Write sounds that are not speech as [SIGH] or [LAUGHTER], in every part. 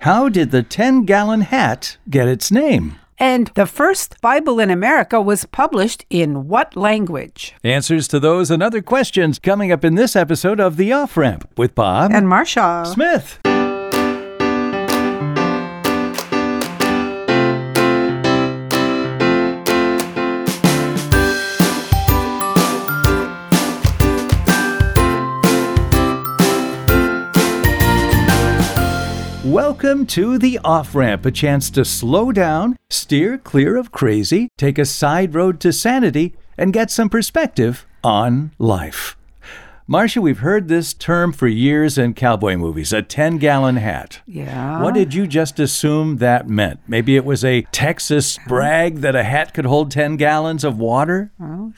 How did the 10 gallon hat get its name? And the first Bible in America was published in what language? Answers to those and other questions coming up in this episode of The Off Ramp with Bob And Marsha. Um, Smith. Welcome to the off ramp, a chance to slow down, steer clear of crazy, take a side road to sanity, and get some perspective on life. Marcia, we've heard this term for years in cowboy movies a 10 gallon hat. Yeah. What did you just assume that meant? Maybe it was a Texas brag that a hat could hold 10 gallons of water?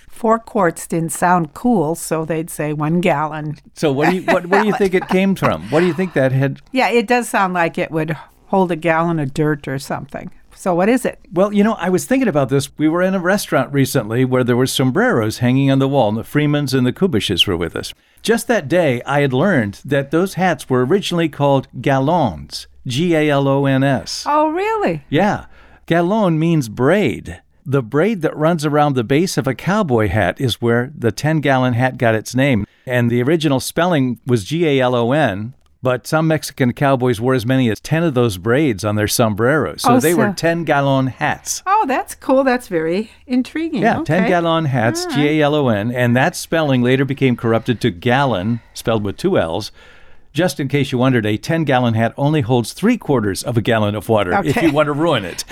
Four quarts didn't sound cool, so they'd say one gallon. So, what do you, what, what do you think it came from? What do you think that had Yeah, it does sound like it would hold a gallon of dirt or something. So what is it? Well, you know, I was thinking about this. We were in a restaurant recently where there were sombreros hanging on the wall, and the Freemans and the Kubishes were with us. Just that day, I had learned that those hats were originally called galons, G A L O N S. Oh, really? Yeah, galon means braid. The braid that runs around the base of a cowboy hat is where the 10 gallon hat got its name. And the original spelling was G A L O N, but some Mexican cowboys wore as many as 10 of those braids on their sombreros. So Oh, they were so- 10 gallon hats. Oh, that's cool. That's very intriguing. Yeah, 10 Okay. gallon hats, G A L O N, and that spelling later became corrupted to gallon, spelled with two L's. Just in case you wondered, a 10 gallon hat only holds three quarters of a gallon of water if Okay. you want to ruin [LAUGHS] it.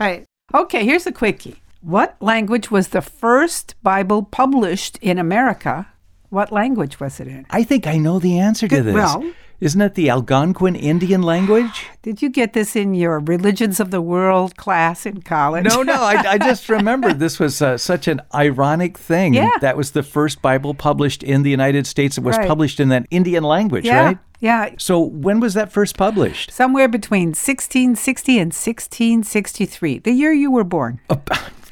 Right. Okay, here's a quickie. What language was the first Bible published in America? What language was it in? I think I know the answer to Good- this. well- Isn't it the Algonquin Indian language? Did you get this in your Religions of the World class in college? [LAUGHS] No, no, I, I just [LAUGHS] remembered this was uh, such an ironic thing. Yeah. That was the first Bible published in the United States. It was Right. published in that Indian language, yeah, right? yeah. So when was that first published? [LAUGHS] Somewhere between 1660 and 1663, the year you were born.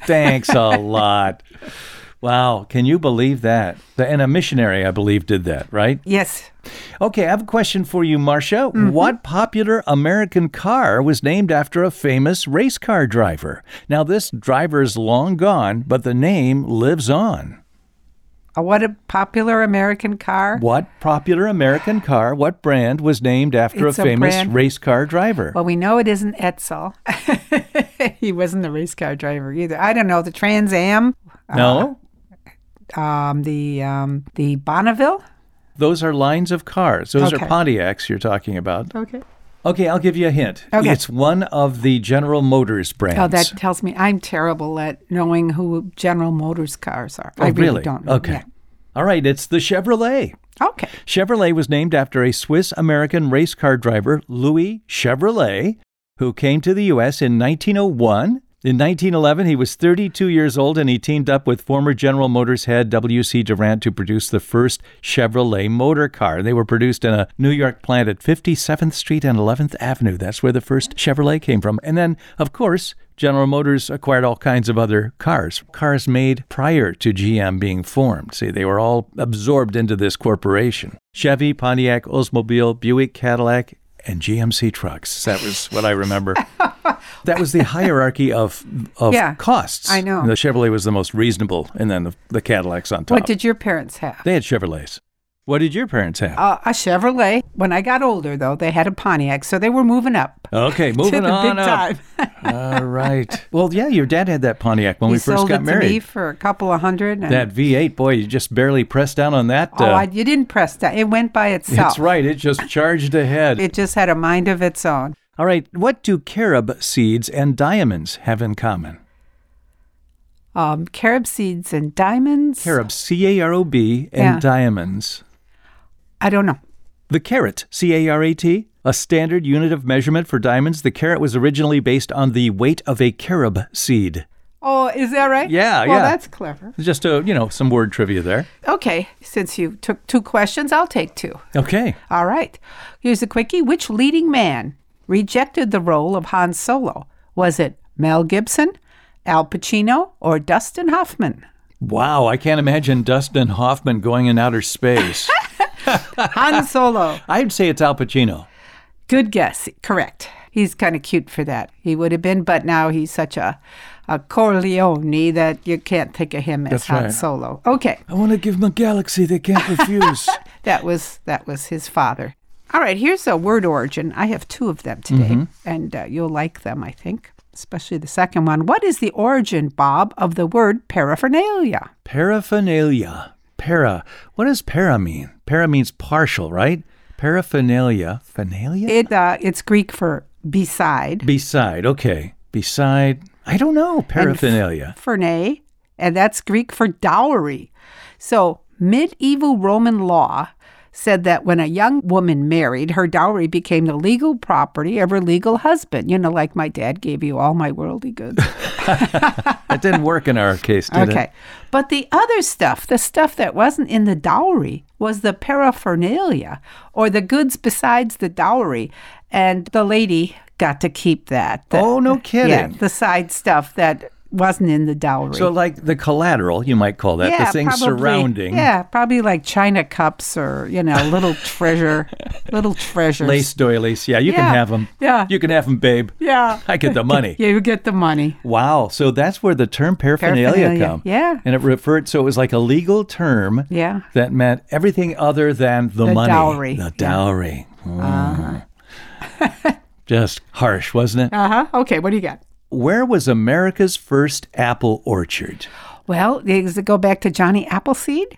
Thanks a lot. Wow, can you believe that? And a missionary, I believe, did that, right? Yes. Okay, I have a question for you, Marcia. Mm-hmm. What popular American car was named after a famous race car driver? Now, this driver is long gone, but the name lives on. Uh, what a popular American car. What popular American car, what brand was named after It's a a famous brand- race car driver? Well, we know it isn't Etzel. [LAUGHS] he wasn't a race car driver either. I don't know. The Trans Am, no? um, the um, the Bonneville. Those are lines of cars. Those Okay. are Pontiacs you're talking about. Okay. Okay, I'll give you a hint. Okay. It's one of the General Motors brands. Oh, that tells me I'm terrible at knowing who General Motors cars are. Oh, I really, don't. know. Okay. Yeah. All right, it's the Chevrolet. Okay. Chevrolet was named after a Swiss American race car driver, Louis Chevrolet, who came to the U.S. in 1901. In 1911, he was 32 years old and he teamed up with former General Motors head W.C. Durant to produce the first Chevrolet motor car. They were produced in a New York plant at 57th Street and 11th Avenue. That's where the first Chevrolet came from. And then, of course, General Motors acquired all kinds of other cars, cars made prior to GM being formed. See, they were all absorbed into this corporation. Chevy, Pontiac, Oldsmobile, Buick, Cadillac, and GMC trucks. That was what I [LAUGHS] remember. that was the hierarchy of of Yeah, costs. I know. The Chevrolet was the most reasonable, and then the, the Cadillacs on top. What did your parents have? they had Chevrolets. What did your parents have? Uh, a Chevrolet. When I got older, though, they had a Pontiac, so they were moving up [LAUGHS] okay, Oh, to moving the on. up. big time. [LAUGHS] All [LAUGHS] right. Well, yeah, your dad had that Pontiac when he we first sold got it married. to me for a couple of hundred. And, That V8, boy, you just barely pressed down on that. oh, uh, [LAUGHS] I, you didn't press that. It went by itself. That's right. It just charged ahead. It just had a mind of its own. All right. What do carob seeds and diamonds have in common? Um, carob seeds and diamonds. Carob, C A R O B, and Yeah. diamonds. I don't know. The carat, C A R A T, a standard unit of measurement for diamonds. The carat was originally based on the weight of a carob seed. Oh, is that right? Yeah, well, yeah. that's clever. Just a, you know, some word trivia there. Okay, since you took two questions, I'll take two. Okay. All right. Here's a quickie. Which leading man rejected the role of Han Solo? Was it Mel Gibson, Al Pacino, or [LAUGHS] Dustin Hoffman? Wow, I can't imagine Dustin Hoffman going in outer space. Han Solo. I'd say it's Al Pacino. Good guess. Correct. He's kind of cute for that. He would have been, but now he's such a, a Corleone that you can't think of him as That's Han right. Solo. Okay. I want to give them a galaxy they [LAUGHS] can't refuse. That was that was his father. All right, here's a word origin. I have two of them today, and uh, you'll like them, I think, especially the second one. What is the origin, Bob, of the word paraphernalia? Paraphernalia. Para. What does para mean? Para means partial, right? Paraphernalia. Phernalia? It uh, it's Greek for beside, Beside. Okay. Beside. I don't know. Paraphernalia. phernay, and that's Greek for dowry. So medieval Roman law said that when a young woman married, her dowry became the legal property of her legal husband. You know, like my dad gave you all my worldly goods. that didn't work in our case, did okay. it? But the other stuff, the stuff that wasn't in the dowry, was the paraphernalia or the goods besides the dowry. And the lady got to keep that. The- Oh, no Yeah, kidding. the side stuff that wasn't in the dowry. So, like the collateral, you might call that, the thing surrounding, Yeah, probably like china cups or, you know, little [LAUGHS] treasure, little treasures. lace doilies. Yeah, you Yeah, can have them. yeah. You can have them, babe. Yeah. I get the money. [LAUGHS] Yeah, you get the money. Wow. So that's where the term paraphernalia, Paraphernalia, come. yeah. And it referred so it was like a legal term Yeah. that meant everything other than the, The money. dowry, yeah. Uh-huh. The dowry. Mm. Just harsh, [LAUGHS] wasn't it? Uh huh. Okay, what do you got? Where was America's first apple orchard? Well, does it go back to Johnny Appleseed?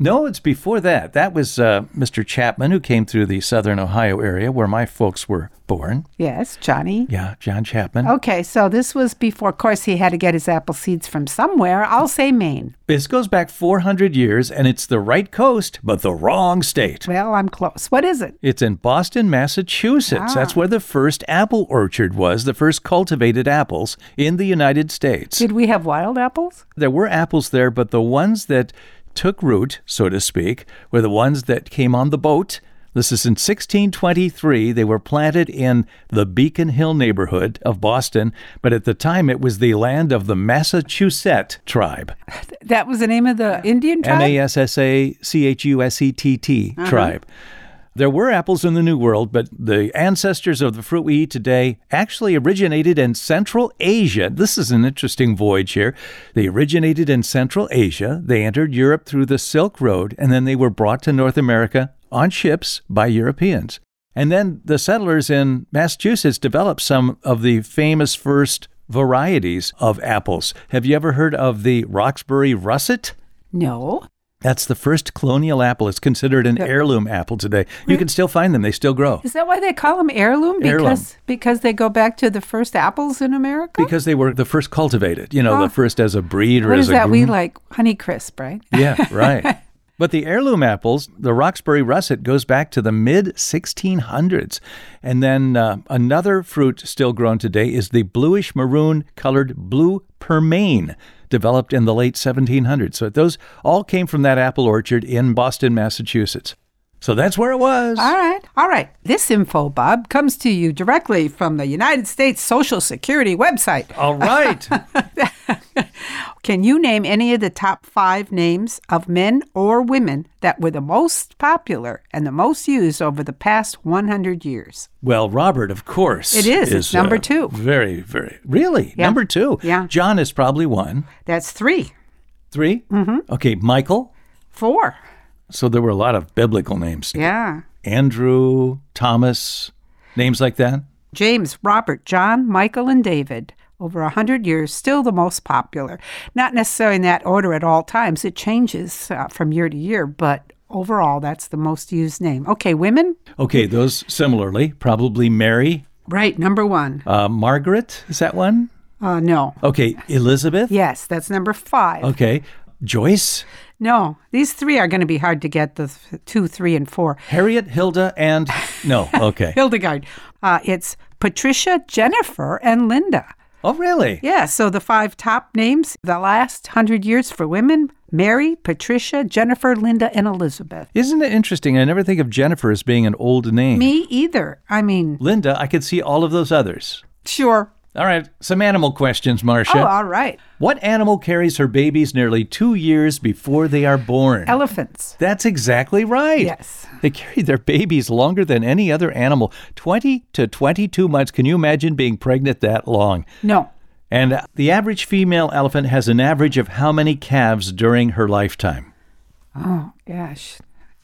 No, it's before that. That was uh, Mr. Chapman who came through the southern Ohio area where my folks were born. Yes, Johnny. Yeah, John Chapman. Okay, so this was before, of course, he had to get his apple seeds from somewhere. I'll say Maine. This goes back 400 years and it's the right coast, but the wrong state. Well, I'm close. What is it? It's in Boston, Massachusetts. That's where the first apple orchard was, the first cultivated apples in the United States. Did we have wild apples? [LAUGHS] there were apples there, but the ones that took root, so to speak, were the ones that came on the boat. This is in 1623. They were planted in the Beacon Hill neighborhood of Boston, but at the time it was the land of the Massachusetts tribe. That was the name of the Indian M tribe? Uh-huh. A S S A C H U S E T T tribe. There were apples in the New World, but the ancestors of the fruit we eat today actually originated in Central Asia. This is an interesting voyage here. They originated in Central Asia, they entered Europe through the Silk Road, and then they were brought to North America on ships by Europeans. And then the settlers in Massachusetts developed some of the famous first varieties of apples. Have you ever heard of the Roxbury Russet? no. That's the first colonial apple. It's considered an heirloom apple today. You can still find them, they still grow. Is that why they call them heirloom? Because Heirloom. because they go back to the first apples in America? Because they were the first cultivated, you know, Huh. the first as a breed or what as is a that? We group. like Honey Crisp, right? [LAUGHS] Yeah, right. but the heirloom apples, the Roxbury russet, goes back to the mid 1600s. And then uh, another fruit still grown today is the bluish maroon colored blue permain, developed in the late 1700s. So those all came from that apple orchard in Boston, Massachusetts. So that's where it was. [LAUGHS] All right. All right. This info, Bob, comes to you directly from the United States Social Security website. all [LAUGHS] right. Can you name any of the top five names of men or women that were the most popular and the most used over the past 100 years? Well, Robert, of course. uh, It is. It's number two. Very, very. Really? Yeah. Number two? Yeah. John is probably one. That's three, 3 Mm-hmm. Okay, Michael. four. So there were a lot of biblical names. Yeah. Andrew, Thomas, names like that. James, Robert, John, Michael, and David. Over a 100 years, still the most popular. Not necessarily in that order at all times. It changes uh, from year to year, but overall, that's the most used name. Okay, women? Okay, those similarly, probably Mary, Right, number one. uh, Margaret, is that one? Uh, no. Okay, Elizabeth. Yes, that's number five. Okay, Joyce, No, these three are going to be hard to get the th- two, three, and four. Harriet, Hilda, [LAUGHS] and no, okay. Hildegard. Uh, it's Patricia, Jennifer, and Linda. Oh, really? Yeah, so the five top names the last hundred years for women Mary, Patricia, Jennifer, Linda, and Elizabeth. Isn't it interesting? I never think of Jennifer as being an old name. Me either. I mean, Linda, I could see all of those others. sure. All right, some animal questions, Marcia. Oh, all right. What animal carries her babies nearly two years before they are born? Elephants. That's exactly right. Oh. Yes. They carry their babies longer than any other animal 20 to 22 months. Can you imagine being pregnant that long? No. And the average female elephant has an average of how many calves during her lifetime? Oh, gosh.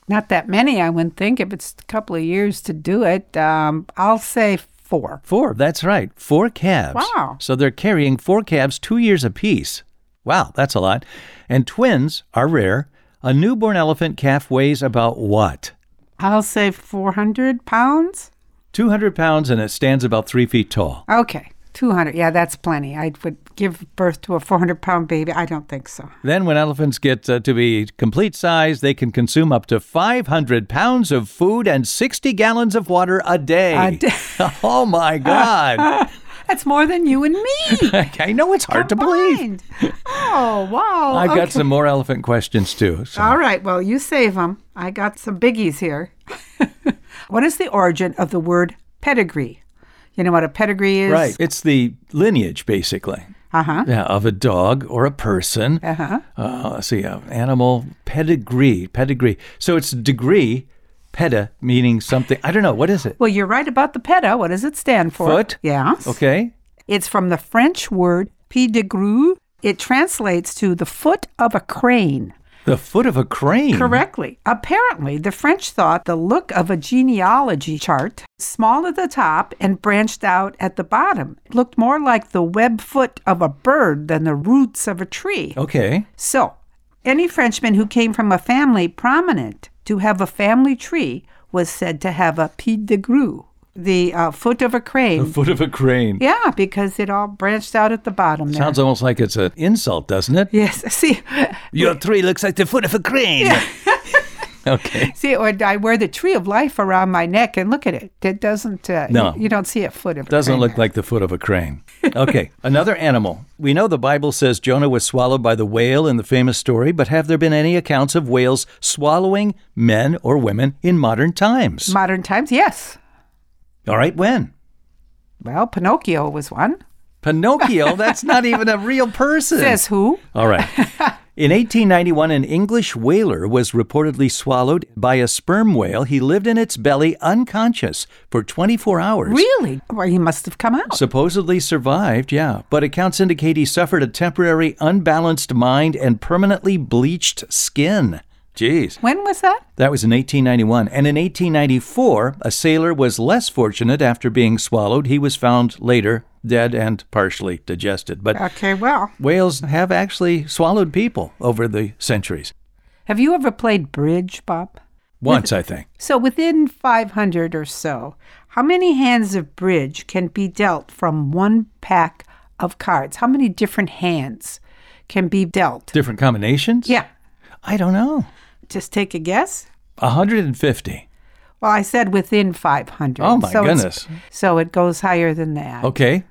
Not that many, I wouldn't think, if it's a couple of years to do it. Um, I'll say four. Four, that's right, four calves. Wow. So they're carrying four calves two years apiece. Wow, that's a lot. And twins are rare. A newborn elephant calf weighs about what? I'll say 400 pounds. 200 pounds and it stands about three feet tall. Okay. 200. Yeah, that's plenty. I would give birth to a 400 pound baby. I don't think so. Then, when elephants get uh, to be complete size, they can consume up to 500 pounds of food and 60 gallons of water a day. A day. [LAUGHS] oh my God. [LAUGHS] That's more than you and me. I know it's hard to believe. [LAUGHS] combined. Oh, wow. I've okay. got some more elephant questions too. So. All right. Well, you save them. I got some biggies here. [LAUGHS] what is the origin of the word pedigree? You know what a pedigree is? Right. It's the lineage, basically, Uh huh. yeah, of a dog or a person. Uh huh. Uh, let's see, uh, animal pedigree, pedigree. So it's degree, peta meaning something. I don't know. What is it? Well, you're right about the peta. What does it stand for? Foot? Yes. Okay. It's from the French word pedigree. It translates to the foot of a crane. The foot of a crane. Correctly. Apparently, the French thought the look of a genealogy chart, small at the top and branched out at the bottom, looked more like the web foot of a bird than the roots of a tree. Okay. So, any Frenchman who came from a family prominent to have a family tree was said to have a pedigree, the uh, foot of a crane. The foot of a crane. Yeah, because it all branched out at the bottom there. Sounds almost like it's an insult, doesn't it? yes. [LAUGHS] See, Your tree looks like the foot of a crane. okay. see, or I wear the tree of life around my neck, and look at it. It doesn't. Uh, No. you, you don't see a foot of it. Doesn't look like the foot of a crane. Okay, another animal. We know the Bible says Jonah was swallowed by the whale in the famous story, but have there been any accounts of whales swallowing men or women in modern times? modern times. Yes. All right, when? Well, Pinocchio was one. Pinocchio, that's not even a real person. Says who? All right. In 1891, an English whaler was reportedly swallowed by a sperm whale. He lived in its belly unconscious for 24 hours. Really? Well, he must have come out. Supposedly survived, yeah. But accounts indicate he suffered a temporary unbalanced mind and permanently bleached skin. Jeez. When was that? That was in 1891. And in 1894, a sailor was less fortunate after being swallowed. He was found later dead and partially digested. But Okay. Well, whales have actually swallowed people over the centuries. have you ever played bridge, Bob? Once, I [LAUGHS] think. So, within 500 or so, how many hands of bridge can be dealt from one pack of cards? How many different hands can be dealt? Different combinations? Yeah, I don't know. just take a guess. 150. Well, I said within 500. Oh, my so it's- goodness. So it goes higher than that. Okay.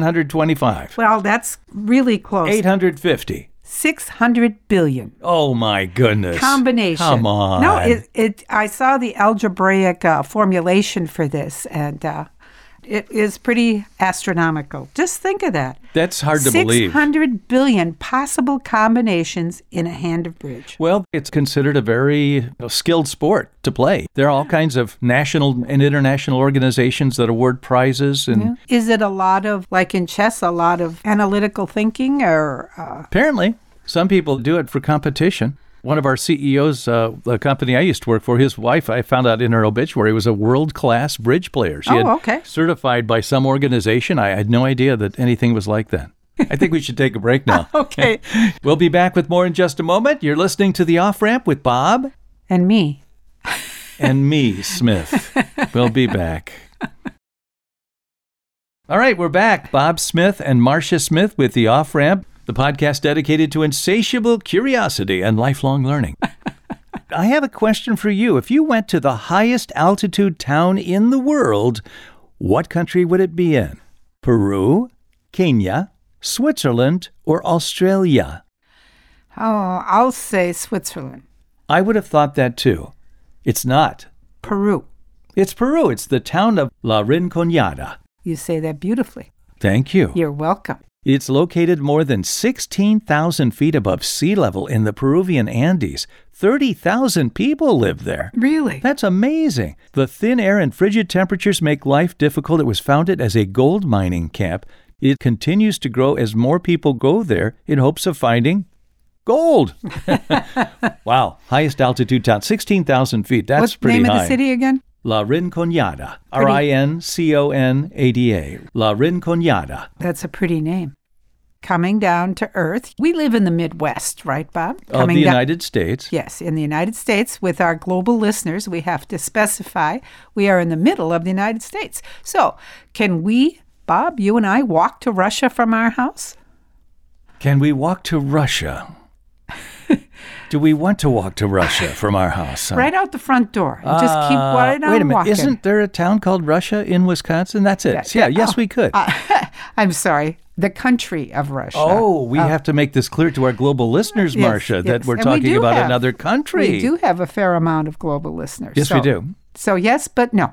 725. Well, that's really close. 850. 600 billion. Oh my goodness. combination. Come on. No, it, it. I saw the algebraic uh, formulation for this, and uh, it is pretty astronomical. Just think of that. That's hard to believe. 600 billion possible combinations in a hand of bridge. Well, it's considered a very skilled sport to play. There are all kinds of national and international organizations that award prizes, and Is it a lot of, like in chess, a lot of analytical thinking or uh, apparently some people do it for competition. One of our CEOs, uh, the company I used to work for, his wife, I found out in her obituary, was a world class bridge player. She Oh, had okay. certified by some organization. I had no idea that anything was like that. I think we should take a break now. [LAUGHS] Okay. [LAUGHS] we'll be back with more in just a moment. You're listening to The Off Ramp with Bob and me? and me, Smith. We'll be back. All right, we're back. Bob Smith and Marcia Smith with The Off Ramp, the podcast dedicated to insatiable curiosity and lifelong learning. I have a question for you. If you went to the highest altitude town in the world, what country would it be in? Peru, Kenya, Switzerland, or Australia? Oh, I'll say Switzerland, I would have thought that too. It's not. Peru. It's Peru. It's the town of La Rinconada. You say that beautifully. Thank you. You're welcome. It's located more than 16,000 feet above sea level in the Peruvian Andes. 30,000 people live there. Really? That's amazing. The thin air and frigid temperatures make life difficult. It was founded as a gold mining camp. It continues to grow as more people go there in hopes of finding gold. [LAUGHS] wow. Highest altitude town, 16,000 feet. That's What's the pretty name high. of the city again? La Rinconada. R I N C O N A D A. La Rinconada. That's a pretty name. Coming down to Earth. We live in the Midwest, right, Bob? Of the Coming down. United States. Yes, in the United States, with our global listeners, we have to specify we are in the middle of the United States. So, can we, Bob, you and I, walk to Russia from our house? Can we walk to [LAUGHS] Russia? Do we want to walk to Russia from our house? huh? Right out the front door. And just keep Uh, right on Wait a minute. walking. Isn't there a town called Russia in Wisconsin? That's it. Yeah. yes, oh, we could. I'm sorry, the country of Russia. oh, we have to make this clear to our global listeners, Yes, Marcia, that yes. we're And we talking do about have- another country. We do have a fair amount of global listeners. Yes, we so- do. So, yes, but no.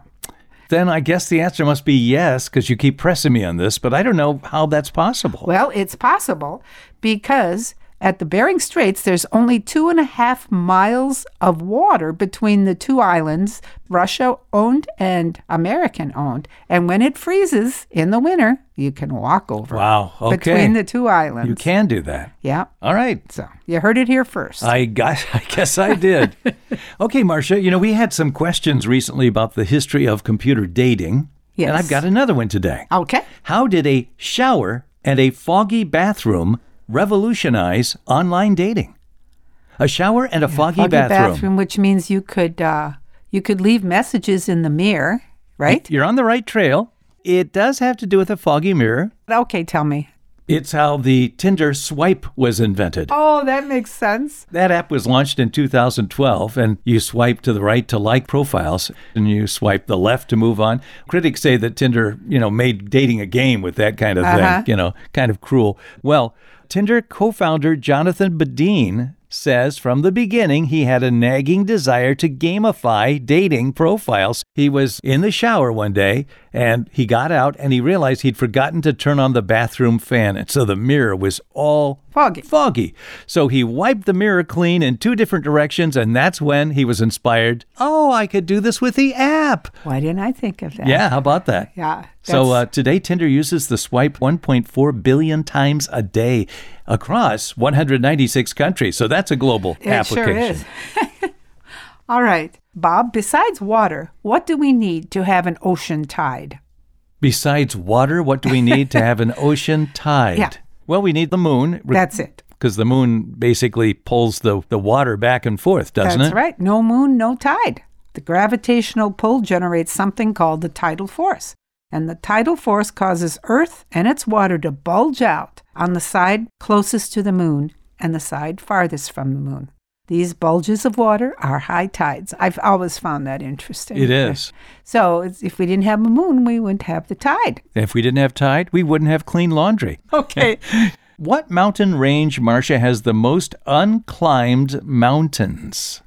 Then I guess the answer must be yes, because you keep pressing me on this, but I don't know how that's possible. Well, it's possible because at the Bering Straits, there's only two and a half miles of water between the two islands, Russia owned and American owned. And when it freezes in the winter, you can walk over Wow. Okay. between the two islands. you can do that. Yeah. All right. So you heard it here first. I got. [LAUGHS] I guess I [LAUGHS] did. okay, Marcia. You know, we had some questions recently about the history of computer dating. Yes. And I've got another one today. okay. How did a shower and a foggy bathroom revolutionize online dating? A shower and a foggy, Buggy bathroom. which means you could uh, you could leave messages in the mirror, right? You're on the right trail. It does have to do with a foggy mirror. Okay, tell me. It's how the Tinder swipe was invented. Oh, that makes sense. That app was launched in 2012, and you swipe to the right to like profiles, and you swipe the left to move on. Critics say that Tinder, you know, made dating a game with that kind of Uh-huh. thing, you know, kind of cruel. Well, Tinder co founder Jonathan Bedeen says from the beginning he had a nagging desire to gamify dating profiles. He was in the shower one day and he got out and he realized he'd forgotten to turn on the bathroom fan, and so the mirror was all Foggy. foggy. So he wiped the mirror clean in two different directions, and that's when he was inspired. Oh, I could do this with the app. Why didn't I think of that? Yeah, how about that? Yeah. So that's- uh, today, Tinder uses the swipe 1.4 billion times a day across 196 countries. So that's a global it sure application. is. [LAUGHS] All right, Bob. Besides water, what do we need to have an ocean tide? Besides water, what do we need to [LAUGHS] have an ocean tide? Yeah. Well, we need the moon That's it. because the moon basically pulls the, the water back and forth, doesn't That's it? right. No moon, no tide. The gravitational pull generates something called the tidal force. And the tidal force causes Earth and its water to bulge out on the side closest to the moon and the side farthest from the moon. These bulges of water are high tides. I've always found that interesting. It is. So it's- if we didn't have a moon, we wouldn't have the [LAUGHS] tide. If we didn't have tide, we wouldn't have clean laundry. Okay. What mountain range, Marcia, has the most unclimbed mountains?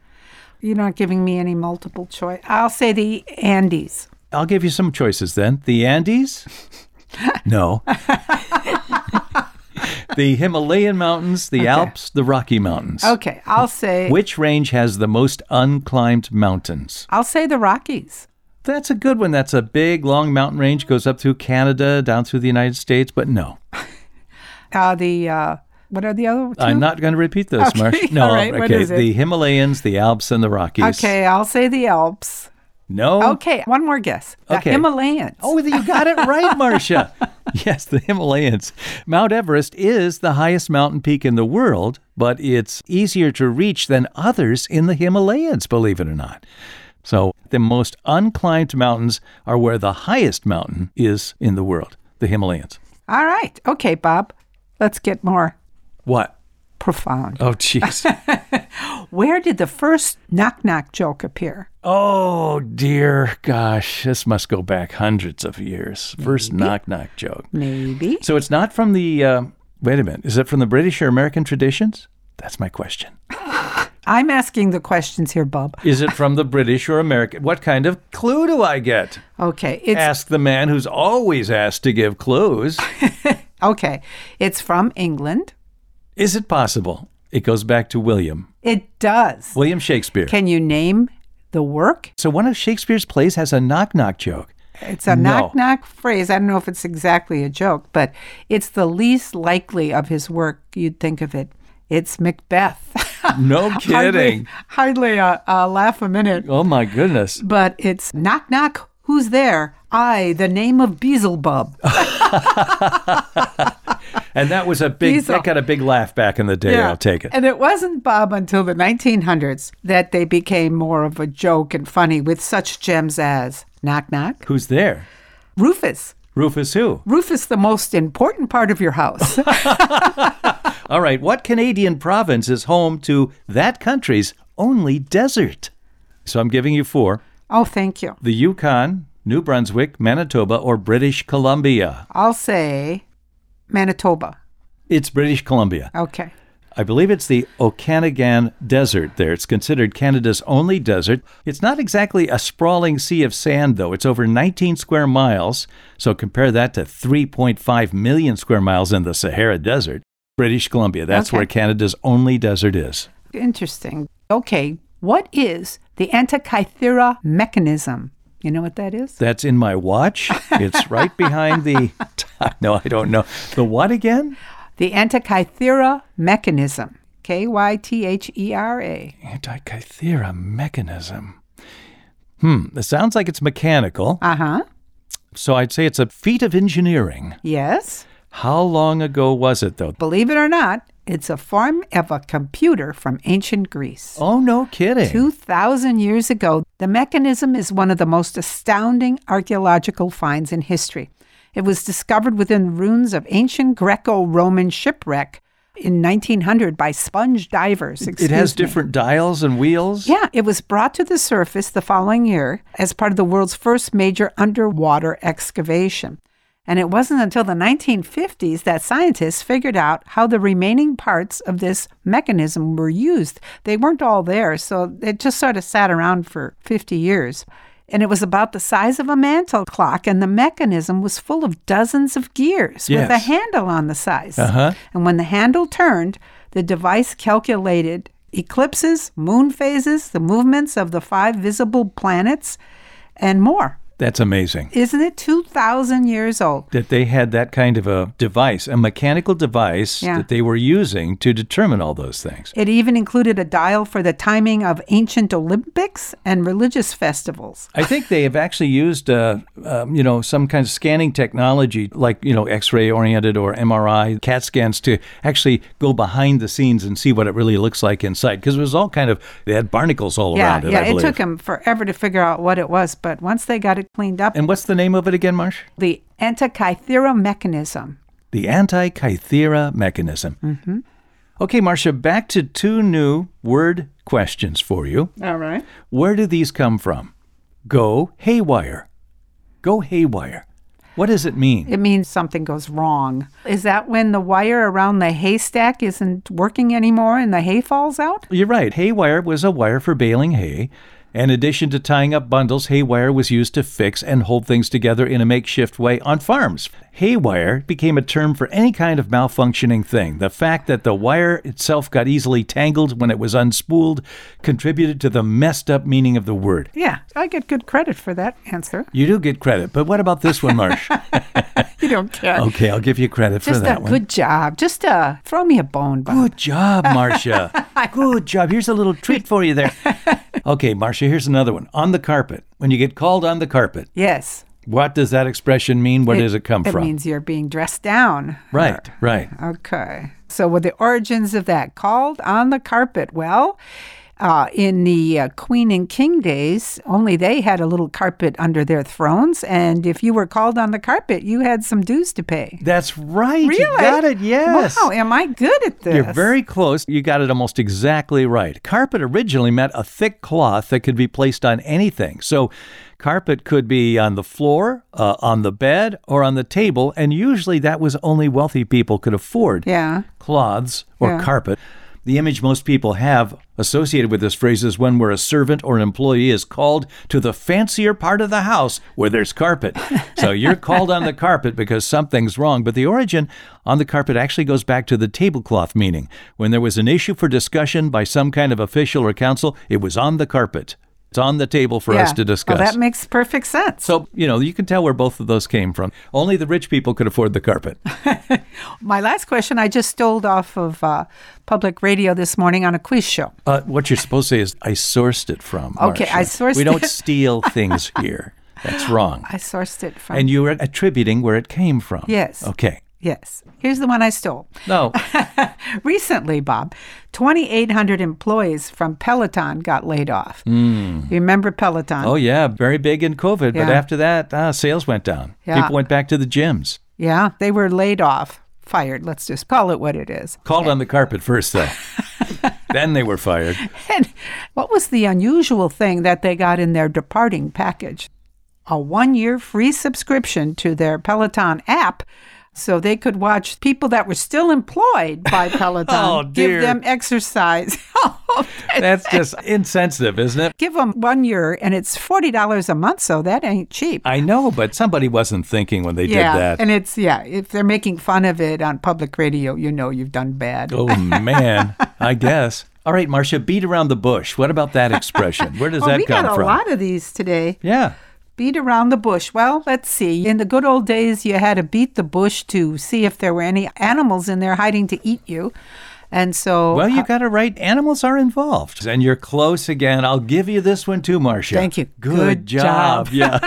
You're not giving me any multiple choice. I'll say the Andes. I'll give you some choices then. The [LAUGHS] Andes? No. the Himalayan mountains, the Alps, the Rocky Mountains. Okay. I'll say Which range has the most unclimbed mountains? I'll say the Rockies. That's a good one. That's a big, long mountain range, goes up through Canada, down through the United States, but no. uh, the uh, what are the other 2 I'm not going to repeat those, Okay, Marcia. No, all right, okay. what is it? The Himalayas, the Alps, and the Rockies. okay, I'll say the Alps. No. Okay, one more guess. The Oh. Okay. Himalayas. Oh, you got it right, Marcia. [LAUGHS] yes, the Himalayans. Mount Everest is the highest mountain peak in the world, but it's easier to reach than others in the Himalayas, believe it or not. So, the most unclimbed mountains are where the highest mountain is in the world, the Himalayas. All right. Okay, Bob. Let's get more What? profound. Oh, jeez. [LAUGHS] Where did the first knock knock joke appear? oh, dear gosh. This must go back hundreds of years. First knock knock joke. Maybe. So it's not from the. Uh, wait a minute. Is it from the British or American traditions? That's my question. I'm asking the questions here, Bob. Is it from the British or American? What kind of clue do I get? Okay, it's Ask the man who's always asked to give clues. okay. It's from England. Is it possible? It goes back to William. It does. William Shakespeare. Can you name the work? so one of Shakespeare's plays has a knock knock joke. It's a No. knock knock phrase. I don't know if it's exactly a joke, but it's the least likely of his work you'd think of it. It's Macbeth. No [LAUGHS] Hardly, kidding. hardly a, a laugh a minute, oh my goodness. but it's knock knock. Who's there? I, the name of Beelzebub. And that was a big These that are- got a big laugh back in the day, I'll take it. And it wasn't Bob until the 1900s that they became more of a joke and funny with such gems as knock knock, Who's there? Rufus. Rufus who? Rufus, the most important part of [LAUGHS] your house. All right, what Canadian province is home to that country's only desert? So I'm giving you four. oh, thank you. The Yukon, New Brunswick, Manitoba, or British Columbia. I'll say Manitoba. It's British Columbia. Okay. I believe it's the Okanagan Desert there. It's considered Canada's only desert. It's not exactly a sprawling sea of sand, though. It's over 19 square miles. So compare that to 3.5 million square miles in the Sahara Desert. British Columbia, that's Okay. where Canada's only desert is. Interesting. Okay. What is the Antikythera mechanism? You know what that is? That's in my watch. It's right behind the. [LAUGHS] No, I don't know. The what again? The Antikythera mechanism. K Y T H E R A. Antikythera mechanism. Hmm, it sounds like it's mechanical. Uh huh. So I'd say it's a feat of engineering. Yes. How long ago was it, though? Believe it or not, it's a form of a computer from ancient Greece. Oh, no kidding. 2,000 years ago, the mechanism is one of the most astounding archaeological finds in history. It was discovered within ruins of ancient Greco Roman shipwreck in 1900 by sponge divers. it has Excuse me. different dials and wheels. Yeah, it was brought to the surface the following year as part of the world's first major underwater excavation. And it wasn't until the 1950s that scientists figured out how the remaining parts of this mechanism were used. They weren't all there, so it just sort of sat around for 50 years. And it was about the size of a mantel clock, and the mechanism was full of dozens of gears with a Yes. handle on the size. Uh-huh. And when the handle turned, the device calculated eclipses, moon phases, the movements of the five visible planets, and more. That's amazing Isn't it 2,000 years old? that they had that kind of a device, a mechanical device Yeah. that they were using to determine all those things. It even included a dial for the timing of ancient Olympics and religious festivals. I think they have actually used, uh, um, you know, some kind of scanning technology, like you know, X-ray oriented or MRI, CAT scans, to actually go behind the scenes and see what it really looks like inside. Because it was all kind of they had barnacles all Yeah, around it. yeah, I it believe. took them forever to figure out what it was, but once they got it cleaned up, and what's the name of it again, Marsh? the Antikythera mechanism. the antikythera mechanism. Mm-hmm. Okay, Marcia, back to two new word questions for you. All right. Where do these come from? Go haywire. Go haywire. What does it mean? It means something goes wrong. Is that when the wire around the haystack isn't working anymore and the hay falls out? You're right. Haywire was a wire for baling hay. In addition to tying up bundles, haywire was used to fix and hold things together in a makeshift way on farms. Haywire became a term for any kind of malfunctioning thing. The fact that the wire itself got easily tangled when it was unspooled contributed to the messed up meaning of the word. Yeah, I get good credit for that answer. [LAUGHS] You do get credit, but what about this one, Marsh? You don't care. okay, I'll give you credit Oh, for Just that a one. good job. Just uh, throw me a bone, Bob. Good job, Marcia. Good job. Here's a little treat for you there. Okay, Marcia, here's another one. On the carpet. When you get called on the carpet, Yes. what does that expression mean? Where does it come That from? means you're being dressed down. right, right. Okay. So, what the origins of that? Called on the carpet. Well, uh, in the uh, Queen and King days, only they had a little carpet under their thrones. And if you were called on the carpet, you had some dues to pay. That's right. You Really? got it. Yes. Wow, am I good at this? You're very close. You got it almost exactly right. Carpet originally meant a thick cloth that could be placed on anything. So, carpet could be on the floor, uh, on the bed, or on the table, and usually that was only wealthy people could afford Yeah. cloths or Yeah. carpet. The image most people have associated with this phrase is one where a servant or an employee is called to the fancier part of the house where there's carpet. So you're called on the carpet because something's wrong. But the origin on the carpet actually goes back to the tablecloth meaning. When there was an issue for discussion by some kind of official or council, it was on the carpet. It's on the table for us Yeah. to discuss. Well, that makes perfect sense. so, you know, you can tell where both of those came from. Only the rich people could afford the carpet. My last question I just stole off of uh, public radio this morning on a quiz show. Uh, what you're supposed to say is, I sourced it from. Okay, I Marcia. sourced We don't it. steal things here. That's wrong. [LAUGHS] I sourced it from. And you were attributing where it came from. Yes. Okay. yes. Here's the one I stole. No. Recently, Bob, 2,800 employees from Peloton got laid off. You remember Peloton? Hmm. oh, yeah. Very big in COVID. But Yeah. after that, uh, sales went down. Yeah. People went back to the gyms. Yeah, they were laid off, fired. Let's just call it what it is. [LAUGHS] Called on the carpet first, though. then they were fired. And what was the unusual thing that they got in their departing package? A one year free subscription to their Peloton app so they could watch people that were still [LAUGHS] employed by Peloton Oh, dear. give them exercise. [LAUGHS] That's just insensitive, isn't it? give them one year and it's $40 a month, so that ain't cheap. I know, but somebody wasn't thinking when they yeah, did that. and it's yeah. If they're making fun of it on public radio, you know you've done bad. Oh man, I guess. All right, Marcia, beat around the bush. What about that expression? Where does Oh, that we come got a from? lot of these today. Yeah. Beat around the bush. Well, let's see. In the good old days, you had to beat the bush to see if there were any animals in there hiding to eat you. And so, uh, Well, you got it right. Animals are involved. And you're close again. I'll give you this one too, Marcia. Thank you. Good, Good job. Yeah.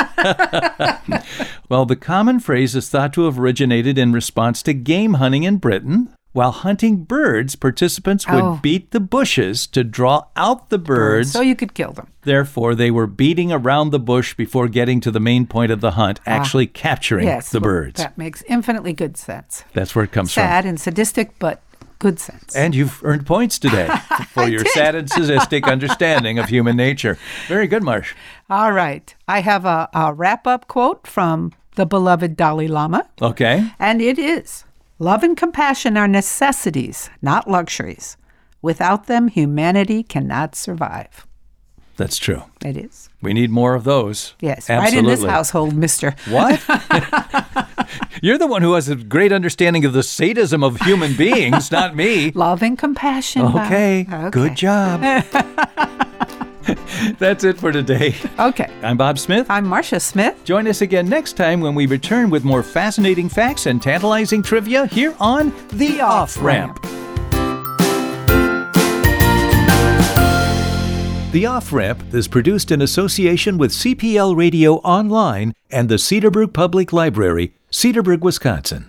[LAUGHS] well, the common phrase is thought to have originated in response to game hunting in Britain. While hunting birds, participants would Oh. beat the bushes to draw out the birds. so you could kill them. Therefore, they were beating around the bush before getting to the main point of the hunt, actually capturing Yes, the well, birds. That makes infinitely good sense. That's where it comes from. Sad and sadistic, but good sense. And you've earned points [LAUGHS] today for your sad and sadistic understanding of human nature. Very good, Marsh. All right, I have a, a wrap-up quote from the beloved Dalai Lama, Okay. and it is: "Love and compassion are necessities, not luxuries. Without them, humanity cannot survive." That's true. It is. We need more of those. Yes, Absolutely. right in this household, Mister. What? [LAUGHS] You're the one who has a great understanding of the sadism of human beings, not me. [LAUGHS] Love and compassion. Bob. Okay. Good Okay. [LAUGHS] job. That's it for today. Okay. I'm Bob Smith. I'm Marcia Smith. Join us again next time when we return with more fascinating facts and tantalizing trivia here on The, Off Ramp. The Off Ramp is produced in association with CPL Radio Online and the Cedarbrook Public Library, Cedarburg, Wisconsin.